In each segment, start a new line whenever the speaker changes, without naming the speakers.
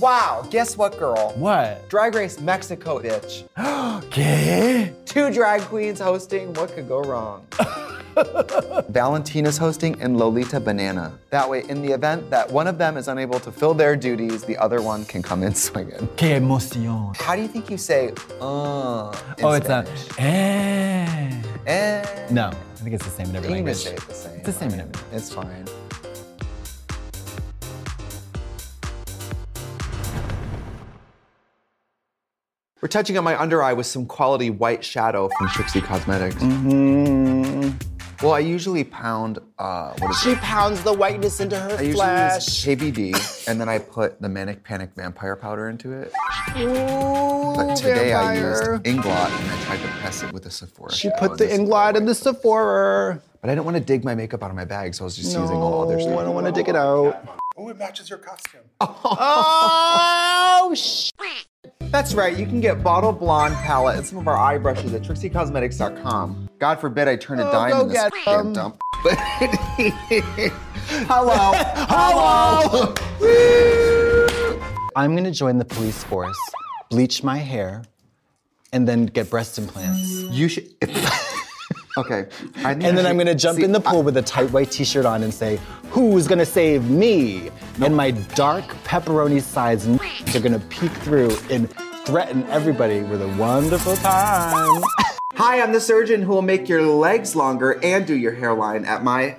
Wow, guess what, girl?
What?
Drag Race Mexico, bitch.
Okay.
Two drag queens hosting, what could go wrong? Valentina's hosting and Lolita Banana. That way, in the event that one of them is unable to fill their duties, the other one can come in swinging.
Que emoción.
How do you think you say, uh? in
Oh, it's a.
Spanish?
Eh.
Eh.
No, I think it's the same in every
You can just
language.
say it the same.
It's the same in every
It's fine. We're touching up my under eye with some quality white shadow from Trixie Cosmetics.
Mm-hmm.
Well, I usually pound, uh, what is
She
it?
pounds the whiteness into her
I usually
flesh.
use KBD, and then I put the Manic Panic Vampire Powder into it.
Ooh,
But today I
vampire.
used Inglot, and I tried to press it with a Sephora
She
shadow
put
and
the
Sephora
inglot in
white.
the Sephora.
But I didn't want to dig my makeup out of my bag, so I was just
No,
using all their stuff.
Oh, I don't want to dig it out.
Oh, it matches your costume.
Oh, sh-
That's right, you can get Bottle Blonde palette and some of our eye brushes at TrixieCosmetics.com. God forbid I turn a
Oh,
dime
go
in this
get
damn
them.
dump. But hello, hello.
I'm gonna join the police force, bleach my hair, and then get breast implants.
You should. okay. I think
And then
I
I'm
should-
gonna jump
see,
in the pool with a tight white t-shirt on and say, "Who's gonna save me?" And my dark pepperoni sides are gonna peek through and threaten everybody with a wonderful time.
Hi, I'm the surgeon who will make your legs longer and do your hairline at my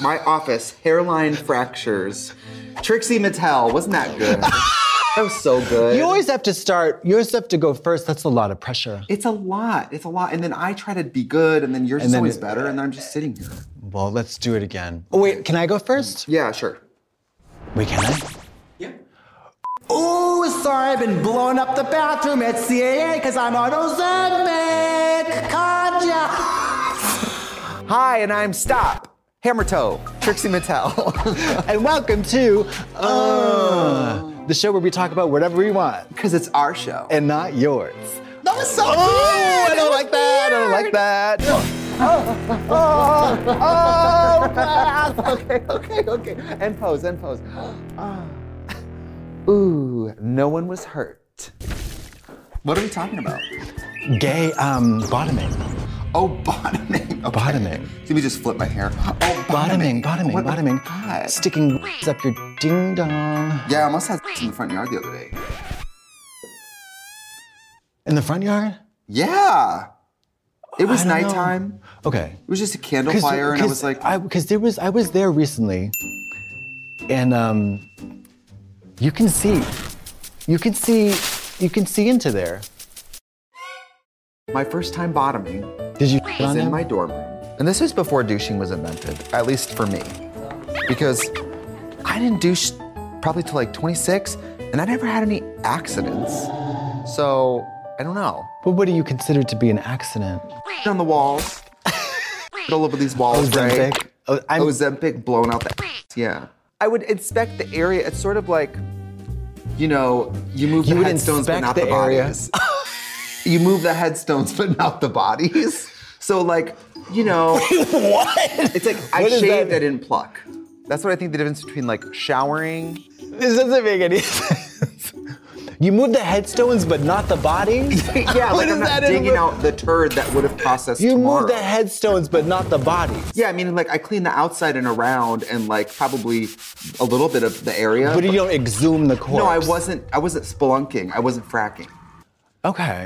my office. Hairline fractures. Trixie Mattel, wasn't that good? that was so good.
You always have to start. You always have to go first. That's a lot of pressure.
It's a lot. It's a lot. And then I try to be good, and then you're just
then
always
it-
better, and then I'm just sitting here.
Well, let's do it again. Oh, wait, can I go first?
Yeah, sure.
Wait, can I? Yeah. Ooh, sorry, I've been blowing up the bathroom at CAA because I'm autosemic. God, yeah.
Hi, and I'm Stop Hammer Toe Trixie Mattel.
And welcome to uh, the show where we talk about whatever we want
Because it's our show.
and not yours. Oh,
that was so
I don't like that. I don't like that.
Oh, okay, okay, okay. And pose, and pose. Ah. Ooh, no one was hurt. What are we talking about?
Gay um, bottoming.
Oh, bottoming. Okay.
Bottoming.
Let me just flip my hair. Oh,
Bottoming, bottoming,
What the
bottoming.
God.
Sticking up your ding dong.
Yeah, I almost had in the front yard the other day.
In the front yard?
Yeah. It was
I don't know.
nighttime.
Okay.
It was just a candle
'Cause-
fire, and I
'cause
was like,
I because there was I was there recently, and um, you can see, you can see, you can see into there.
my first time bottoming
Did you on
was in
him?
my dorm room. And this was before douching was invented, at least for me. Because I didn't douche probably till like 26, and I never had any accidents. So, I don't know.
But what do you consider to be an accident?
On the walls, all over these walls, right?
Ozempic. Oh, I'm-
Ozempic blown out the Yeah. I would inspect the area. It's sort of like, you know, you move
You
the
would
headstones but
inspect
not the,
the area.
bodies. you move the headstones but not the bodies. So like, you know,
what?
it's like I
What does
shaved,
that-
I didn't pluck. That's what I think the difference between like showering.
This doesn't make any sense. You move the headstones, but not the bodies.
Yeah,
What
like
does
I'm not
that
digging
even-
out the turd that would have processed
You move the
tomorrow.
headstones, but not the bodies.
Yeah, I mean, like I clean the outside and around, and like probably a little bit of the area.
But you don't exhume the corpse.
no, I wasn't. I wasn't spelunking. I wasn't fracking.
Okay.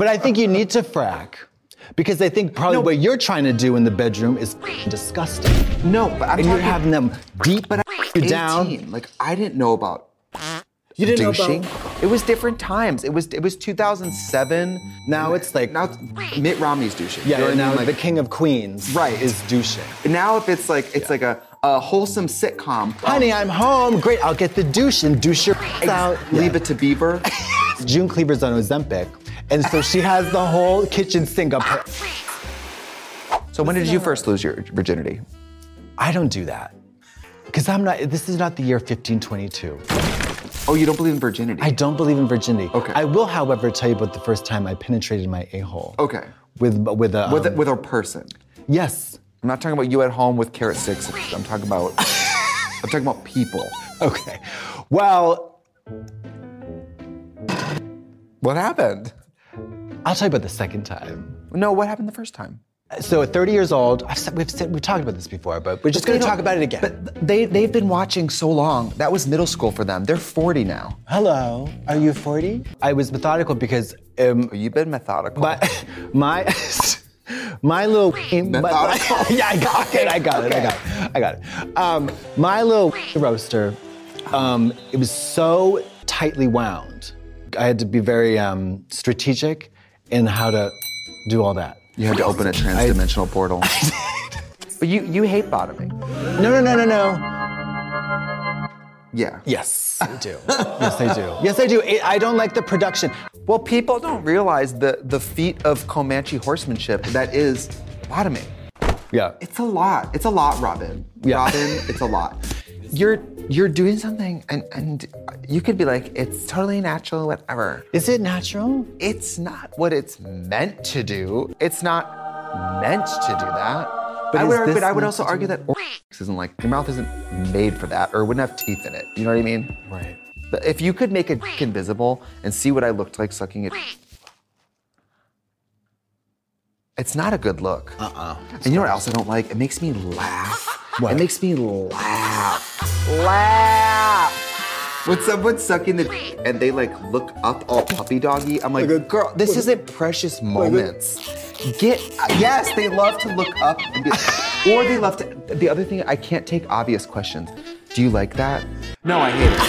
But I think you need to frack. Because I think probably what you're trying to do in the bedroom is disgusting.
No, but I'm
And you're
talking
having them deep
But I
you
was
down.
18. Like I didn't know about
You didn't
douching. it was different times. It was it was 2007.
Now it's like
Now it's- Mitt Romney's douching.
yeah,
You know what I
now
mean?
the
Like,
king of Queens
Right.
is douching.
now if it's like it's like a, a wholesome sitcom.
Honey, I'm home. Great, I'll get the douche and douche your out.
Leave it to Beaver.
Yeah. June Cleaver's on Ozempic, and so she has the whole kitchen sink up. Her.
so when did you first lose your virginity?
I don't do that because I'm not. This is not the year 1522.
Oh, you don't believe in virginity?
I don't believe in virginity.
Okay.
I will, however, tell you about the first time I penetrated my a hole.
Okay.
With with a
with a,
um,
with a person.
yes.
I'm not talking about you at home with carrot sticks. I'm talking about I'm talking about people.
Okay. Well,
What happened?
I'll tell you about the second time.
No, what happened the first time?
So at 30 years old, I've said, we've said, we've talked about this before, but we're just
They
going to
don't-
talk about it again.
But they they've been watching so long. That was middle school for them. They're 40 now.
hello, are you 40? I was methodical because um,
You've been methodical.
my my my little my-
Methodical.
yeah, I got it. I got it. I got it. I got it. Um, my little roaster, um, it was so tightly wound. I had to be very um, strategic in how to do all that.
you had to open a transdimensional portal. but you you hate bottoming.
No, no, no, no, no.
Yeah.
Yes, I do. yes, I do. Yes, I do. It, I don't like the production.
Well, people don't realize the the feat of Comanche horsemanship that is bottoming.
Yeah.
It's a lot. It's a lot, Robin.
Yeah.
Robin, it's a lot. You're you're doing something and and you could be like, it's totally natural, whatever.
Is it natural?
It's not what it's meant to do. It's not meant to do that. But I
is
would,
this
but I would
meant
also
to
argue that isn't like your mouth isn't made for that, or it wouldn't have teeth in it. You know what I mean?
Right.
But If you could make a dick invisible and see what I looked like sucking it, it's not a good look. Uh uh And you know what else I don't like? It makes me laugh.
Uh-uh. What?
It makes me laugh. Laugh. When someone's sucking the dick and they like look up all puppy doggy, I'm like,
Like a-
girl, this
like a-
isn't precious moments. Get yes, they love to look up and be, or they love to. The other thing I can't take obvious questions. Do you like that? No, I hate it.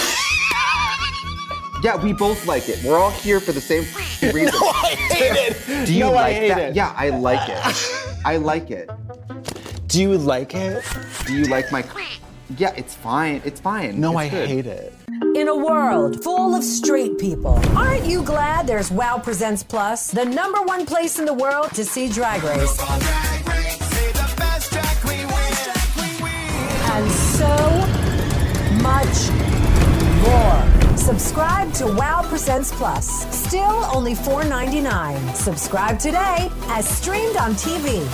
Yeah, we both like it. We're all here for the same reason.
I hate it.
Do you
no,
like
I hate
that?
it.
Yeah, I like it. I like it.
Do you like it?
Do you like my? c- Yeah, it's fine. It's fine.
No,
It's
I
good.
hate it.
In a world full of straight people, aren't you glad there's WoW Presents Plus, the number one place in the world to see Drag Race? And so much more. Subscribe to WoW Presents Plus, still only $4.99. Subscribe today as streamed on TV.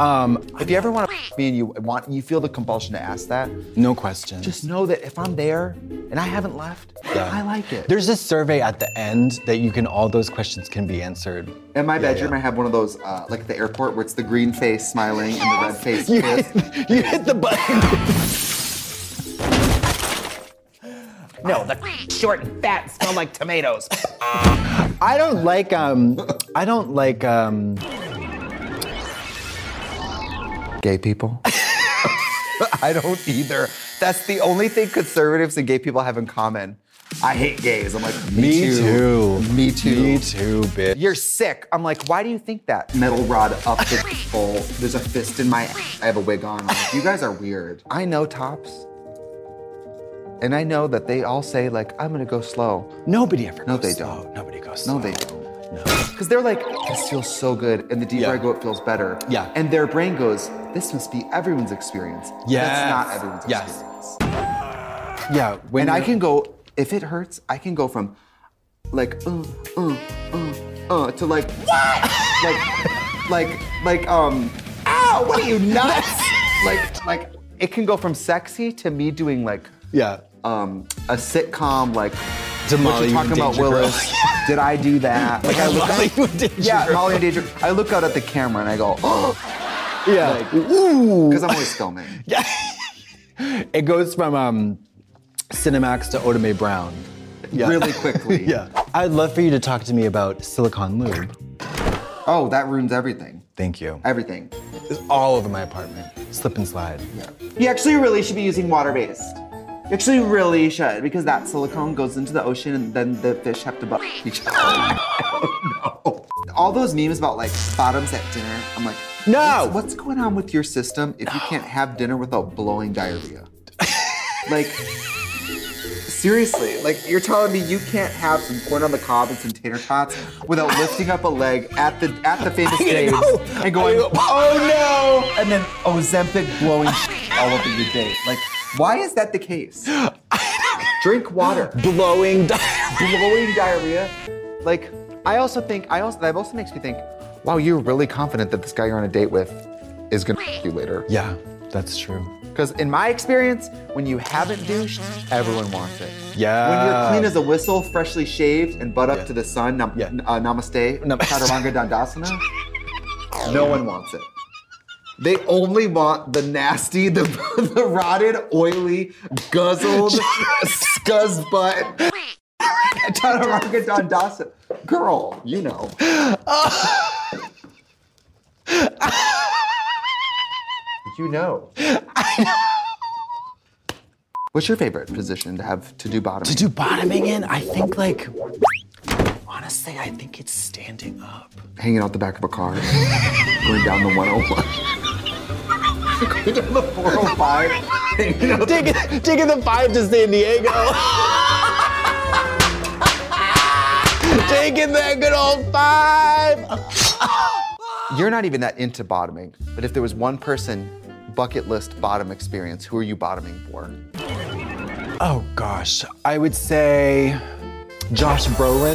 Um,
If you ever want to me and you want, you feel the compulsion to ask that.
no question.
Just know that if I'm there and I haven't left, I like it.
There's this survey at the end that you can all those questions can be answered.
In my
Yeah,
bedroom,
yeah.
I have one of those, uh, like at the airport, where it's the green face smiling and the red face
You
pissed.
hit, you hit the button.
No, the short and fat smell like tomatoes.
I don't like um I don't like um
Gay people. I don't either. That's the only thing conservatives and gay people have in common. I hate gays. I'm like, me, Me too.
Me too, bitch.
You're sick. I'm like, why do you think that? Metal rod up the hole. There's a fist in my ass. I have a wig on. Like, you guys are weird. I know tops. And I know that they all say, like, I'm gonna go slow.
Nobody ever
No, they
goes
don't.
slow. Nobody goes
No,
slow.
they don't. Because they're like, this feels so good. And the deeper
Yeah.
I go, it feels better.
Yeah.
And their brain goes, this must be everyone's experience. Yeah. That's not
Yes.
everyone's
Yes.
experience.
Yeah, when
And I
you're-
can go, if it hurts, I can go from like, uh, uh, uh, uh, to like, what? Like, like, like, um, ow, what are you nuts? like, like, it can go from sexy to me doing like,
Yeah.
um, a sitcom like what
Molly
you talking
and
about,
Danger Girl.
Willis? Did I do that? Like I look
Molly and Danger
yeah,
Girl.
Molly and Danger. I look out at the camera and I go, oh,
Yeah.
because I'm always filming.
Yeah. it goes from um, Cinemax to Otome Brown. Yeah.
Really quickly.
Yeah. I'd love for you to talk to me about Silicon Lube.
Oh, that ruins everything.
Thank you.
Everything.
It's all over my apartment. Slip and slide.
You actually really should be using water-based. You actually really should because that silicone goes into the ocean and then the fish have to bottom each other.
Oh,
No. All those memes about like bottoms at dinner. I'm like,
No.
what's- What's going on with your system if you can't have dinner without blowing diarrhea? like, seriously, like you're telling me you can't have some corn on the cob and some tater tots without lifting up a leg at the at the famous
gotta
days
go.
and going,
I-
oh no, and then Ozempic blowing all over your date. Like, why is that the case? Drink water
Blowing diarrhea.
blowing diarrhea. Like, I also think I also that also makes me think, wow, you're really confident that this guy you're on a date with is gonna you later.
Yeah, that's true.
Because in my experience, when you haven't douched, everyone wants it.
Yeah.
When you're clean as a whistle, freshly shaved, and butt up
Yeah.
to the sun, nam-
Yeah.
n- uh, namaste,
Nam-
chaturanga dandasana, no one wants it. They only want the nasty, the, the rotted, oily, guzzled, scuzz butt. Chaturanga dandasana. Girl, you know. you know. What's your favorite position to have to do bottom?
To do bottoming in, I think like honestly, I think it's standing up.
hanging out the back of a car, going down the 101. Going down the 405. hanging out the-
Taking, taking the five to San Diego. taking that good old five.
You're not even that into bottoming, but if there was one person, bucket list bottom experience, who are you bottoming for?
Oh gosh, I would say Josh Brolin.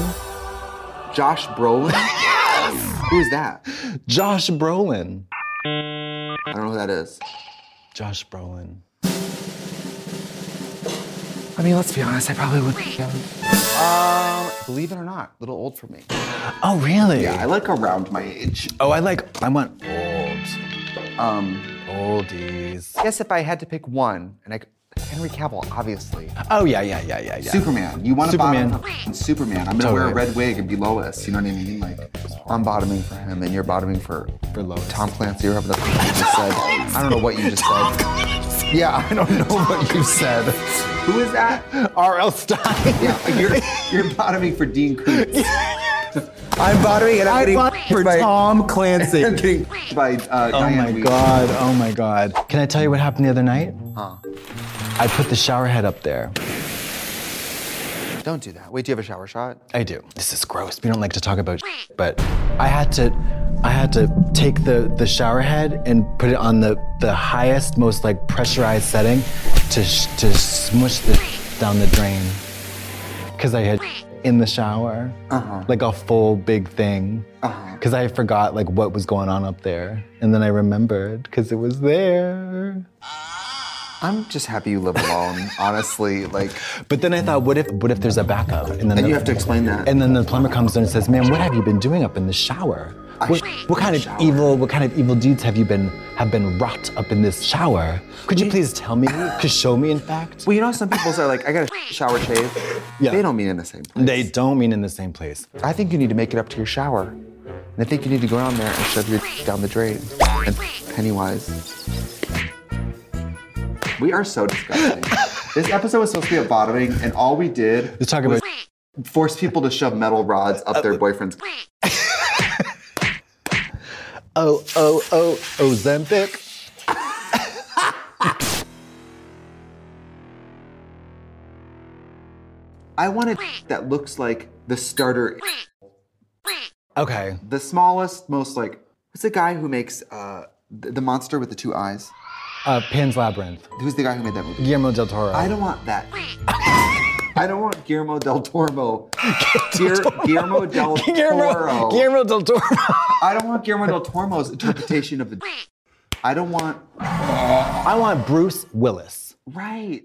Josh Brolin? Who is that?
Josh Brolin.
I don't know who that is.
Josh Brolin.
I mean, let's be honest, I probably would. Um, believe it or not, a little old for me.
Oh really?
I like around my age.
Oh, I like. I want old
Um,
oldies.
I guess if I had to pick one, and I, c- Henry Cavill, obviously.
Oh yeah, yeah, yeah, yeah, yeah.
Superman. You want to
Superman.
bottom for Superman. I'm gonna wear a
Totally.
red wig and be Lois. You know what I mean? Like I'm bottoming for him, and you're bottoming for
For Lois.
Tom Clancy or whatever the fuck you just said. I don't know what you just said. Yeah, I don't know what you said. Who is that?
R.L. Stein.
Yeah, you're you're bottoming for Dean Koontz.
I'm bothering and I'm
getting
for
by-
Tom Clancy.
I'm getting by uh,
Oh
Diane
my
Weist.
god, oh my god. Can I tell you what happened the other night? I put the shower head up there.
Don't do that. Wait, do you have a shower shot?
I do. This is gross. We don't like to talk about shit, but I had to I had to take the the shower head and put it on the the highest most like pressurized setting to sh- to smush the shit down the drain. Cuz I had shit in the shower. Like a full big thing. Cuz I forgot like what was going on up there and then I remembered cuz it was there.
I'm just happy you live alone. honestly, like,
But then I thought, what if what if there's a backup? And then
and
the,
you have to explain that.
And then the plumber comes in and says, "Ma'am, what have you been doing up in the shower? What, what kind of evil what kind of evil deeds have you been have been wrought up in this shower? Could you please tell me? Could show me, in fact."
well, you know, some people say like, I got a shower shave.
Yeah.
They don't mean in the same. Place.
They don't mean in the same place.
I think you need to make it up to your shower. And I think you need to go down there and shove your down the drain. And Pennywise. We are so disgusting. this episode was supposed to be a bottoming, and all we did
Let's talk about.
force people to shove metal rods up their boyfriend's.
Oh oh oh Ozempic.
I want a that looks like the starter,
Okay.
the smallest, most like. What's the guy who makes uh, the, the monster with the two eyes?
Uh, Pan's Labyrinth.
Who's the guy who made that movie?
Guillermo del Toro.
I don't want that. I don't want Guillermo del Toro. Guillermo, Guillermo del Toro.
Guillermo, Guillermo del Toro.
I don't want Guillermo del Toro's interpretation of the. I don't want.
I want Bruce Willis.
Right.